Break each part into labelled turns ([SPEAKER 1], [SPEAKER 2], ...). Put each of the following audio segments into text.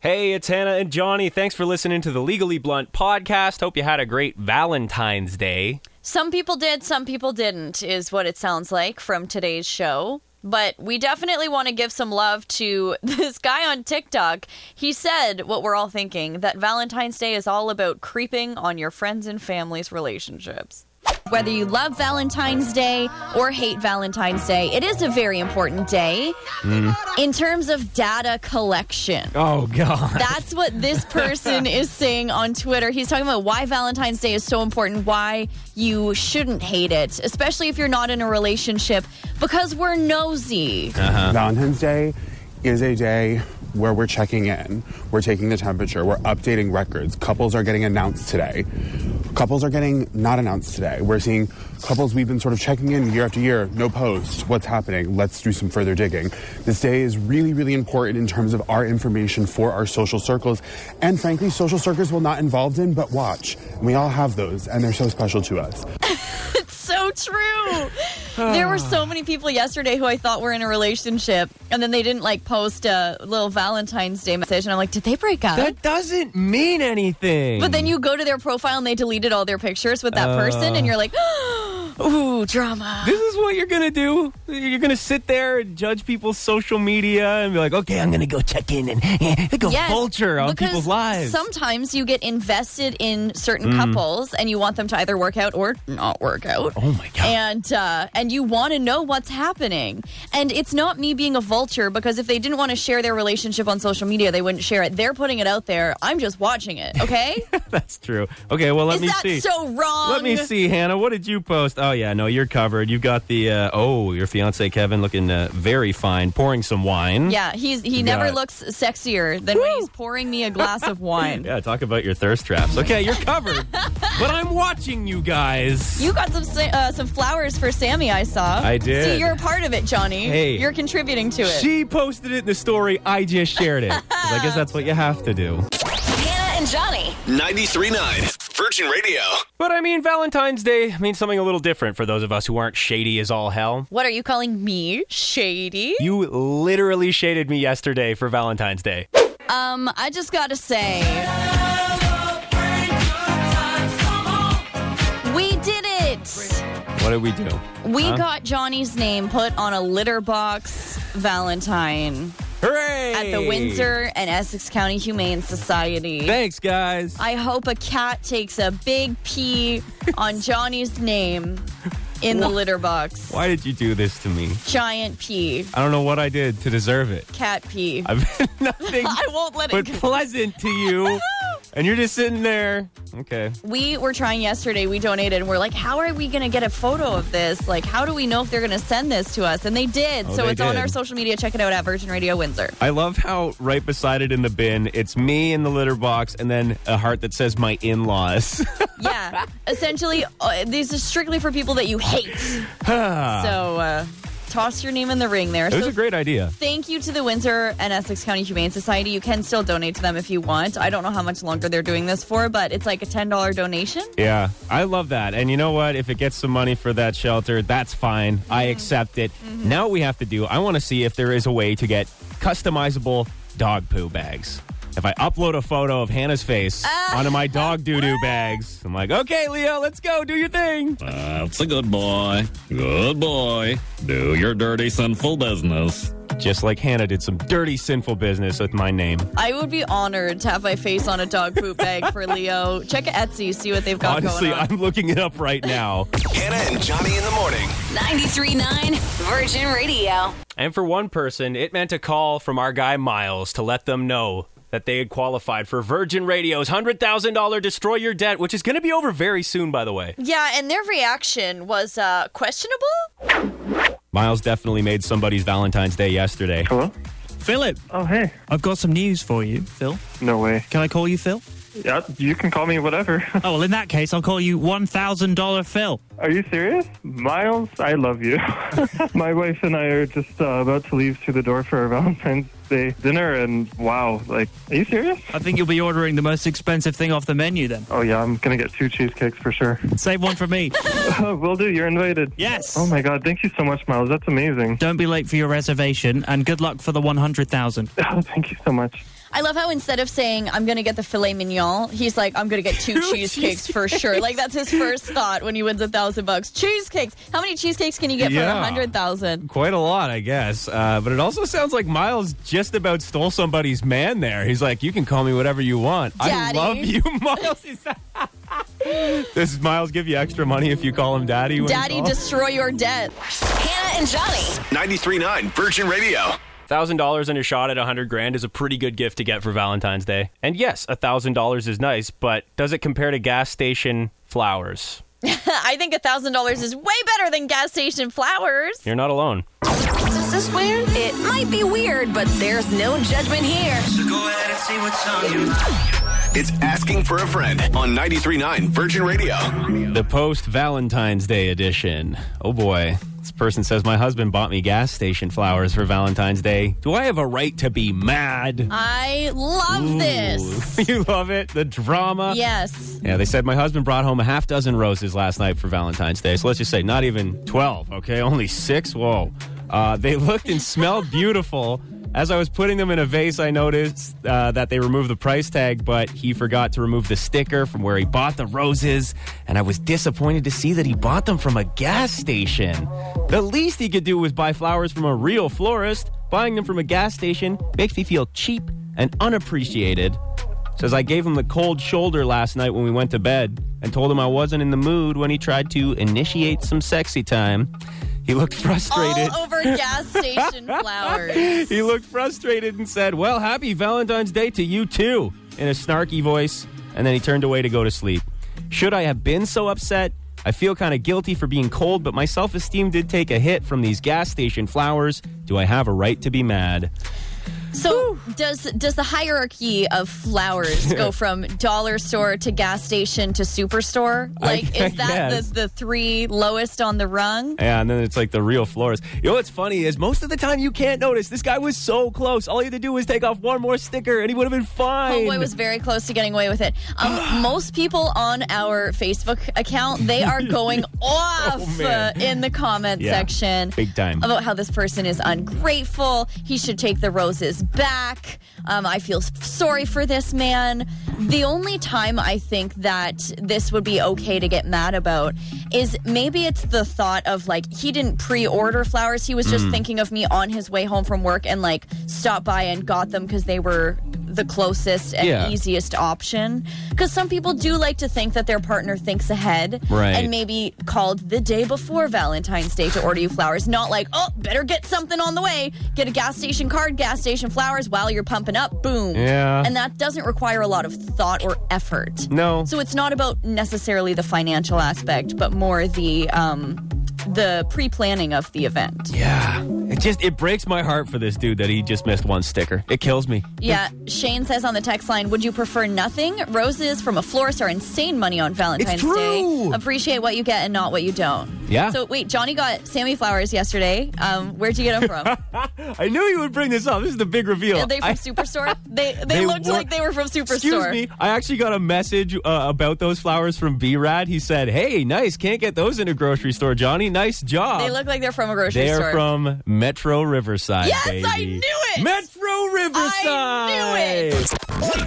[SPEAKER 1] Hey, it's Hannah and Johnny. Thanks for listening to the Legally Blunt podcast. Hope you had a great Valentine's Day.
[SPEAKER 2] Some people did, some people didn't, is what it sounds like from today's show. But we definitely want to give some love to this guy on TikTok. He said what we're all thinking that Valentine's Day is all about creeping on your friends and family's relationships. Whether you love Valentine's Day or hate Valentine's Day, it is a very important day in terms of data collection.
[SPEAKER 1] Oh, God.
[SPEAKER 2] That's what this person is saying on Twitter. He's talking about why Valentine's Day is so important, why you shouldn't hate it, especially if you're not in a relationship, because we're nosy.
[SPEAKER 3] Valentine's Day is a day where we're checking in, we're taking the temperature, we're updating records. Couples are getting announced today. Couples are getting not announced today. We're seeing couples we've been sort of checking in year after year, no post, what's happening, let's do some further digging. This day is really, really important in terms of our information for our social circles. And frankly, social circles we're not involved in, but watch. We all have those, and they're so special to us.
[SPEAKER 2] so true. there were so many people yesterday who I thought were in a relationship, and then they didn't like post a little Valentine's Day message, and I'm like, did they break up?
[SPEAKER 1] That doesn't mean anything.
[SPEAKER 2] but then you go to their profile and they deleted all their pictures with that person, and you're like, ooh, drama.
[SPEAKER 1] This is what you're going to do. You're going to sit there and judge people's social media and be like, okay, I'm going to go check in and eh, go
[SPEAKER 2] Yes,
[SPEAKER 1] vulture on
[SPEAKER 2] because
[SPEAKER 1] people's lives. Mm.
[SPEAKER 2] Sometimes you get invested in certain couples and you want them to either work out or not work out.
[SPEAKER 1] oh, my God.
[SPEAKER 2] And uh, and you want to know what's happening, and it's not me being a vulture because if they didn't want to share their relationship on social media, they wouldn't share it. They're putting it out there. I'm just watching it. Okay,
[SPEAKER 1] That's true. Okay, well, let
[SPEAKER 2] is
[SPEAKER 1] me
[SPEAKER 2] that
[SPEAKER 1] see.
[SPEAKER 2] so wrong?
[SPEAKER 1] Let me see, Hannah. What did you post? Oh yeah, no, you're covered. You've got the uh, oh, your fiance Kevin looking uh, very fine, pouring some wine.
[SPEAKER 2] Yeah, he's he
[SPEAKER 1] You got
[SPEAKER 2] never
[SPEAKER 1] it.
[SPEAKER 2] looks sexier than when he's pouring me a glass of wine.
[SPEAKER 1] Yeah, talk about your thirst traps. Okay, you're covered, but I'm watching you guys.
[SPEAKER 2] You got some sa- uh, some flowers for Sammy. I saw.
[SPEAKER 1] I did.
[SPEAKER 2] See, you're a part of it, Johnny.
[SPEAKER 1] Hey.
[SPEAKER 2] you're contributing to it.
[SPEAKER 1] she posted it in the story. I just shared it. 'Cause I guess that's what you have to do.
[SPEAKER 4] Hannah and Johnny.
[SPEAKER 5] 93.9 Virgin Radio.
[SPEAKER 1] But I mean, Valentine's Day means something a little different for those of us who aren't shady as all hell.
[SPEAKER 2] what are you calling me? Shady?
[SPEAKER 1] You literally shaded me yesterday for Valentine's Day.
[SPEAKER 2] Um, I just gotta say. We did it!
[SPEAKER 1] What did we do?
[SPEAKER 2] We got Johnny's name put on a litter box Valentine
[SPEAKER 1] Hooray!
[SPEAKER 2] at the Windsor and Essex County Humane Society.
[SPEAKER 1] Thanks, guys.
[SPEAKER 2] I hope a cat takes a big pee on Johnny's name in the litter box.
[SPEAKER 1] Why did you do this to me?
[SPEAKER 2] Giant pee.
[SPEAKER 1] I don't know what I did to deserve it.
[SPEAKER 2] Cat pee. I,
[SPEAKER 1] I've been nothing
[SPEAKER 2] won't let
[SPEAKER 1] but
[SPEAKER 2] it go.
[SPEAKER 1] pleasant to you. And you're just sitting there. Okay.
[SPEAKER 2] We were trying yesterday, we donated, and we're like, how are we going to get a photo of this? Like, how do we know if they're going to send this to us? And they did.
[SPEAKER 1] Oh,
[SPEAKER 2] so
[SPEAKER 1] they
[SPEAKER 2] it's on
[SPEAKER 1] did.
[SPEAKER 2] our social media. Check it out at Virgin Radio Windsor.
[SPEAKER 1] I love how right beside it in the bin, it's me in the litter box and then a heart that says my in laws.
[SPEAKER 2] yeah. Essentially, uh, these are strictly for people that you hate. so uh, toss your name in the ring there.
[SPEAKER 1] it was
[SPEAKER 2] So
[SPEAKER 1] Ah. a great idea.
[SPEAKER 2] thank you to the Windsor and Essex County Humane Society. You can still donate to them if you want. I don't know how much longer they're doing this for, but it's like a $10 donation.
[SPEAKER 1] Yeah, I love that. And you know what? If it gets some money for that shelter, that's fine. I accept it. Now what we have to do, I want to see if there is a way to get customizable dog poo bags. If I upload a photo of Hannah's face onto my dog doo doo bags, I'm like, okay, Leo, let's go, do your thing.
[SPEAKER 6] That's a good boy. Good boy. Do your dirty, sinful business.
[SPEAKER 1] Just like Hannah did some dirty, sinful business with my name.
[SPEAKER 2] I would be honored to have my face on a dog poop bag for Leo. Check Etsy, see what they've got
[SPEAKER 1] Honestly,
[SPEAKER 2] going on.
[SPEAKER 1] I'm looking it up right now.
[SPEAKER 5] Hannah and Johnny in the morning.
[SPEAKER 4] 93.9 Virgin Radio.
[SPEAKER 1] And for one person, it meant a call from our guy Miles to let them know that they had qualified for Virgin Radio's $100,000 Destroy Your Debt, which is going to be over very soon, by the way.
[SPEAKER 2] yeah, and their reaction was uh, questionable.
[SPEAKER 1] Miles definitely made somebody's Valentine's Day yesterday.
[SPEAKER 7] Hello?
[SPEAKER 8] Philip,
[SPEAKER 7] Oh, hey.
[SPEAKER 8] I've got some news for you. Phil,
[SPEAKER 7] No way.
[SPEAKER 8] can I call you Phil?
[SPEAKER 7] Yeah, you can call me whatever.
[SPEAKER 8] Oh, well, in that case, I'll call you $1,000 Phil.
[SPEAKER 7] Are you serious? Miles, I love you. My wife and I are just uh, about to leave through the door for our Valentine's Day dinner, and wow, like, are you serious?
[SPEAKER 8] I think you'll be ordering the most expensive thing off the menu then.
[SPEAKER 7] Oh, yeah, I'm going to get two cheesecakes for sure.
[SPEAKER 8] Save one for me.
[SPEAKER 7] Oh, will do. You're invited.
[SPEAKER 8] Yes.
[SPEAKER 7] Oh, my God. Thank you so much, Miles. That's amazing.
[SPEAKER 8] Don't be late for your reservation and good luck for the 100,000.
[SPEAKER 7] Oh, thank you so much.
[SPEAKER 2] I love how instead of saying I'm gonna get the filet mignon, he's like I'm gonna get two cheesecakes for sure. Like that's his first thought when he wins a thousand bucks. Cheesecakes. How many cheesecakes can you get for
[SPEAKER 1] Yeah.
[SPEAKER 2] a hundred thousand?
[SPEAKER 1] Quite a lot, I guess. Uh, but it also sounds like Miles just about stole somebody's man there. He's like, you can call me whatever you want.
[SPEAKER 2] Daddy.
[SPEAKER 1] I love you, Miles. Does Miles give you extra money if you call him daddy? When he
[SPEAKER 2] Daddy,
[SPEAKER 1] calls?
[SPEAKER 2] destroy your debt.
[SPEAKER 4] Hannah and Johnny.
[SPEAKER 5] 93.9 Virgin Radio.
[SPEAKER 9] Thousand dollars and a shot at a hundred grand is a pretty good gift to get for Valentine's Day. And yes, a thousand dollars is nice, but does it compare to gas station flowers?
[SPEAKER 2] I think a thousand dollars is way better than gas station flowers.
[SPEAKER 9] You're not alone.
[SPEAKER 4] Is this weird? It might be weird, but there's no judgment here.
[SPEAKER 5] It's Asking for a Friend on 93.9 Virgin Radio.
[SPEAKER 1] The post Valentine's Day edition. Oh boy. This person says, My husband bought me gas station flowers for Valentine's Day. Do I have a right to be mad?
[SPEAKER 2] I love this.
[SPEAKER 1] you love it? The drama?
[SPEAKER 2] Yes.
[SPEAKER 1] Yeah, they said my husband brought home a half dozen roses last night for Valentine's Day. So let's just say not even 12, okay? Only six? Whoa. Uh, they looked and smelled beautiful. As I was putting them in a vase, I noticed uh, that they removed the price tag, but he forgot to remove the sticker from where he bought the roses. And I was disappointed to see that he bought them from a gas station. The least he could do was buy flowers from a real florist. Buying them from a gas station makes me feel cheap and unappreciated. Says I gave him the cold shoulder last night when we went to bed and told him I wasn't in the mood when he tried to initiate some sexy time. He looked frustrated.
[SPEAKER 2] All over gas station flowers.
[SPEAKER 1] he looked frustrated and said, "Well, happy Valentine's Day to you too," in a snarky voice, and then he turned away to go to sleep. Should I have been so upset? I feel kind of guilty for being cold, but my self-esteem did take a hit from these gas station flowers. Do I have a right to be mad?
[SPEAKER 2] So does does the hierarchy of flowers go from dollar store to gas station to superstore?
[SPEAKER 1] I-
[SPEAKER 2] Like
[SPEAKER 1] I
[SPEAKER 2] is that
[SPEAKER 1] guess.
[SPEAKER 2] the, the three lowest on the rung?
[SPEAKER 1] Yeah, and then it's like the real florist. You know what's funny is most of the time you can't notice. This guy was so close. All he had to do was take off one more sticker and he would have been fine.
[SPEAKER 2] Homeboy was very close to getting away with it. Um, most people on our Facebook account they are going off
[SPEAKER 1] Oh,
[SPEAKER 2] uh,
[SPEAKER 1] man.
[SPEAKER 2] in the comment
[SPEAKER 1] Yeah.
[SPEAKER 2] section.
[SPEAKER 1] Big time.
[SPEAKER 2] about how this person is ungrateful. He should take the roses back. Um, I feel s- sorry for this man. The only time I think that this would be okay to get mad about is maybe it's the thought of like he didn't pre order flowers. He was just thinking of me on his way home from work and like stopped by and got them because they were the closest and
[SPEAKER 1] Yeah.
[SPEAKER 2] easiest option. Because some people do like to think that their partner thinks ahead
[SPEAKER 1] Right.
[SPEAKER 2] and maybe called the day before Valentine's Day to order you flowers. Not like, oh, better get something on the way. Get a gas station card, gas station flowers while you're pumping up. Boom.
[SPEAKER 1] Yeah.
[SPEAKER 2] And that doesn't require a lot of thought or effort.
[SPEAKER 1] No.
[SPEAKER 2] So it's not about necessarily the financial aspect, but more the um, the pre planning of the event.
[SPEAKER 1] yeah. It just it breaks my heart for this dude that he just missed one sticker. It kills me.
[SPEAKER 2] Yeah. Shane says on the text line, would you prefer nothing? Roses from a florist are insane money on
[SPEAKER 1] It's
[SPEAKER 2] Valentine's
[SPEAKER 1] true.
[SPEAKER 2] Day. Appreciate what you get and not what you don't.
[SPEAKER 1] Yeah.
[SPEAKER 2] So wait, Johnny got Sammy flowers yesterday. Um, where'd you get them from?
[SPEAKER 1] I knew you would bring this up. This is the big reveal.
[SPEAKER 2] Are they from
[SPEAKER 1] I-
[SPEAKER 2] Superstore? They they,
[SPEAKER 1] They
[SPEAKER 2] looked
[SPEAKER 1] were-
[SPEAKER 2] like they were from Superstore.
[SPEAKER 1] Excuse me. I actually got a message uh, about those flowers from B Rad. He said, "Hey, nice. Can't get those in a grocery store, Johnny. Nice job."
[SPEAKER 2] They look like they're from a grocery
[SPEAKER 1] They
[SPEAKER 2] store.
[SPEAKER 1] are Um, from Metro Riverside.
[SPEAKER 2] Yes,
[SPEAKER 1] baby.
[SPEAKER 2] I knew it!
[SPEAKER 1] Metro Riverside.
[SPEAKER 2] I knew it!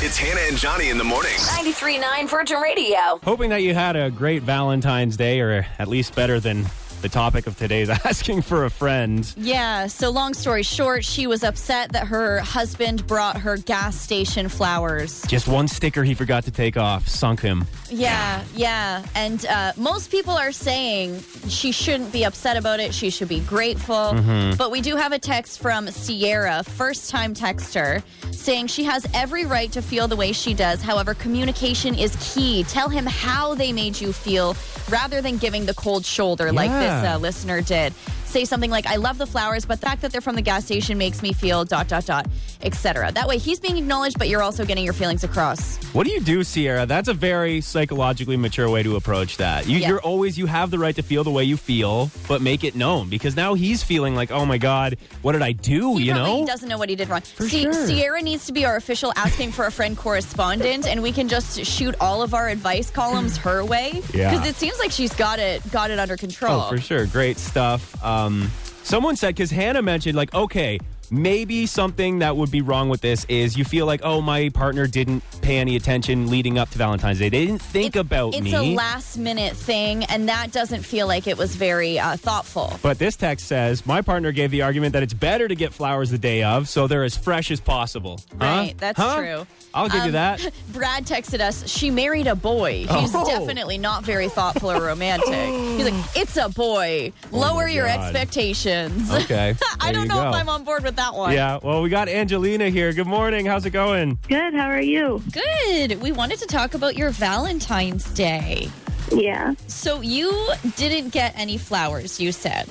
[SPEAKER 5] It's Hannah and Johnny in the morning.
[SPEAKER 4] 93.9 Virgin Radio.
[SPEAKER 1] Hoping that you had a great Valentine's Day, or at least better than the topic of today's asking for a friend.
[SPEAKER 2] Yeah, so long story short, she was upset that her husband brought her gas station flowers.
[SPEAKER 1] Just one sticker he forgot to take off sunk him.
[SPEAKER 2] Yeah, yeah. And uh, most people are saying she shouldn't be upset about it. She should be grateful. But we do have a text from Sierra, first time texter, saying she has every right to feel the way she does. However, communication is key. Tell him how they made you feel rather than giving the cold shoulder like this
[SPEAKER 1] Yeah.
[SPEAKER 2] uh, listener did. say something like, I love the flowers, but the fact that they're from the gas station makes me feel dot, dot, dot, etc. That way he's being acknowledged, but you're also getting your feelings across.
[SPEAKER 1] What do you do, Sierra? That's a very psychologically mature way to approach that. You,
[SPEAKER 2] Yeah.
[SPEAKER 1] You're always you have the right to feel the way you feel, but make it known because now he's feeling like, oh my god, what did I do?
[SPEAKER 2] He
[SPEAKER 1] you
[SPEAKER 2] probably
[SPEAKER 1] know,
[SPEAKER 2] doesn't know what he did wrong.
[SPEAKER 1] For
[SPEAKER 2] See,
[SPEAKER 1] sure.
[SPEAKER 2] Sierra needs to be our official asking for a friend correspondent, and we can just shoot all of our advice columns her way. Because
[SPEAKER 1] Yeah.
[SPEAKER 2] it seems like she's got it got it under control.
[SPEAKER 1] Oh, for sure. Great stuff. Um, someone said, because Hannah mentioned, like, okay, maybe something that would be wrong with this is you feel like, oh, my partner didn't pay any attention leading up to Valentine's Day. They didn't think
[SPEAKER 2] It's-
[SPEAKER 1] about
[SPEAKER 2] it's
[SPEAKER 1] me.
[SPEAKER 2] a last minute thing, and that doesn't feel like it was very uh, thoughtful.
[SPEAKER 1] but this text says, my partner gave the argument that it's better to get flowers the day of so they're as fresh as possible. Huh?
[SPEAKER 2] Right, that's
[SPEAKER 1] Huh?
[SPEAKER 2] true.
[SPEAKER 1] I'll give you
[SPEAKER 2] Um,
[SPEAKER 1] that.
[SPEAKER 2] Brad texted us, she married a boy. He's
[SPEAKER 1] Oh.
[SPEAKER 2] definitely not very thoughtful or romantic. He's like, it's a boy. Lower your
[SPEAKER 1] Oh God.
[SPEAKER 2] expectations.
[SPEAKER 1] Okay.
[SPEAKER 2] I
[SPEAKER 1] there
[SPEAKER 2] don't
[SPEAKER 1] you
[SPEAKER 2] know
[SPEAKER 1] go.
[SPEAKER 2] if I'm on board with that one.
[SPEAKER 1] Yeah, well, we got Angelina here. Good morning. How's it going?
[SPEAKER 10] Good. How are you?
[SPEAKER 2] Good. We wanted to talk about your Valentine's Day.
[SPEAKER 10] Yeah.
[SPEAKER 2] So you didn't get any flowers, you said.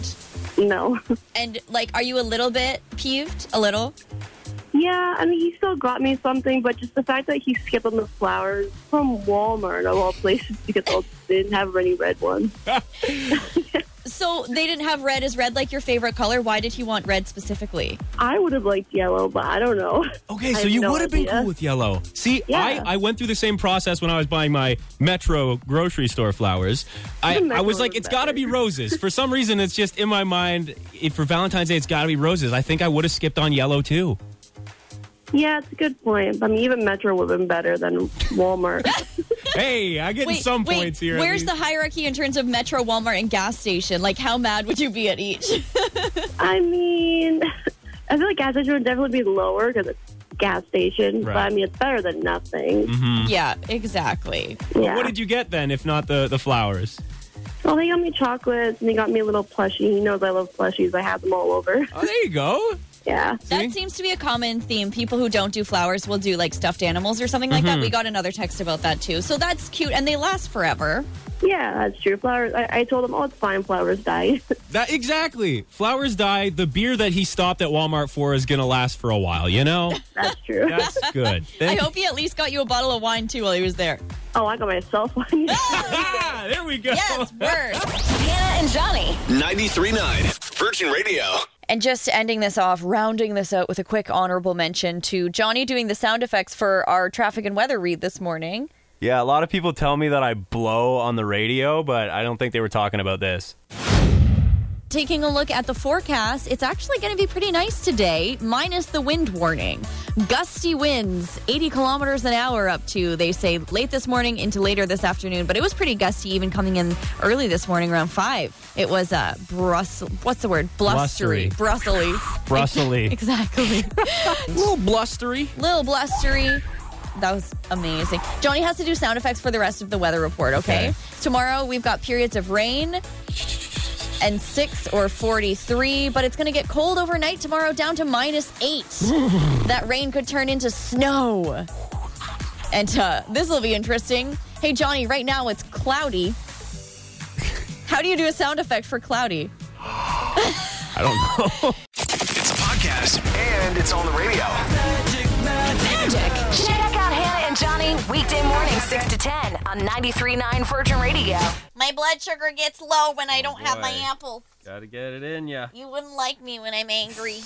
[SPEAKER 10] No.
[SPEAKER 2] And like are you a little bit peeved? A little?
[SPEAKER 10] Yeah. I mean, he still got me something, but just the fact that he's skipping the flowers from Walmart of all places because all- they didn't have any red ones.
[SPEAKER 2] So they didn't have red as red like your favorite color. Why did he want red specifically?
[SPEAKER 10] I would have liked yellow, but I don't know.
[SPEAKER 1] Okay,
[SPEAKER 10] I
[SPEAKER 1] so
[SPEAKER 10] have
[SPEAKER 1] you
[SPEAKER 10] no
[SPEAKER 1] would have been
[SPEAKER 10] idea.
[SPEAKER 1] cool with yellow. See,
[SPEAKER 10] Yeah.
[SPEAKER 1] I, I went through the same process when I was buying my Metro grocery store flowers. I,
[SPEAKER 10] Metro
[SPEAKER 1] I was like,
[SPEAKER 10] was
[SPEAKER 1] it's got to
[SPEAKER 10] better.
[SPEAKER 1] be roses. For some reason, it's just in my mind, if for Valentine's Day, it's got to be roses. I think I would have skipped on yellow too.
[SPEAKER 10] Yeah, it's a good point. I mean, even Metro would have been better than Walmart.
[SPEAKER 1] Hey, I'm getting some points here. at
[SPEAKER 2] Where's the
[SPEAKER 1] least.
[SPEAKER 2] hierarchy in terms of Metro, Walmart, and gas station? Like, how mad would you be at each?
[SPEAKER 10] I mean, I feel like gas station would definitely be lower because it's gas station,
[SPEAKER 1] Right.
[SPEAKER 10] but
[SPEAKER 1] Mm-hmm.
[SPEAKER 10] I mean, it's better than nothing.
[SPEAKER 1] Hmm.
[SPEAKER 2] yeah, exactly.
[SPEAKER 10] Yeah.
[SPEAKER 1] What did you get then, if not the, the flowers?
[SPEAKER 10] well, they got me chocolates and they got me a little plushie. He knows I love plushies. I have them all over.
[SPEAKER 1] Oh, there you go.
[SPEAKER 10] Yeah.
[SPEAKER 1] See?
[SPEAKER 2] That seems to be a common theme. People who don't do flowers will do like stuffed animals or something like
[SPEAKER 1] Mm-hmm.
[SPEAKER 2] that. We got another text about that too. So that's cute, and they last forever.
[SPEAKER 10] Yeah, that's true. Flowers. I, I told him, oh, it's fine. Flowers die.
[SPEAKER 1] That exactly. Flowers die. The beer that he stopped at Walmart for is gonna last for a while. You know,
[SPEAKER 10] that's true.
[SPEAKER 1] that's good.
[SPEAKER 2] I
[SPEAKER 1] Thank-
[SPEAKER 2] hope he at least got you a bottle of wine too while he was there.
[SPEAKER 10] Oh, I got myself one.
[SPEAKER 1] Ah, there we go.
[SPEAKER 2] Oh, Yes, worse.
[SPEAKER 4] Hannah and Johnny.
[SPEAKER 5] 93.9 Virgin Radio.
[SPEAKER 2] And just ending this off, rounding this out with a quick honorable mention to Johnny doing the sound effects for our traffic and weather read this morning.
[SPEAKER 9] Yeah, a lot of people tell me that I blow on the radio, but I don't think they were talking about this.
[SPEAKER 2] Taking a look at the forecast, it's actually going to be pretty nice today, minus the wind warning. Gusty winds, 80 kilometers an hour up to, they say, late this morning into later this afternoon. But it was pretty gusty even coming in early this morning around 5. It was uh, Brussels, what's the word? Blustery. Brussely.
[SPEAKER 1] Brussely.
[SPEAKER 2] exactly.
[SPEAKER 1] a little blustery.
[SPEAKER 2] Little blustery. That was amazing. Johnny has to do sound effects for the rest of the weather report, okay?
[SPEAKER 1] Okay.
[SPEAKER 2] Tomorrow we've got periods of rain and 6 or 43, but it's going to get cold overnight tomorrow down to minus 8. that rain could turn into snow. And uh, this will be interesting. Hey, Johnny, right now it's cloudy. How do you do a sound effect for cloudy?
[SPEAKER 1] I don't know.
[SPEAKER 5] It's a podcast and it's on the radio.
[SPEAKER 4] Magic. Check out Hannah and Johnny weekday morning 6 to 10 on 93.9 Virgin Radio.
[SPEAKER 2] My blood sugar gets low when I don't have my apples.
[SPEAKER 9] Gotta get it in, yeah.
[SPEAKER 2] You wouldn't like me when I'm angry.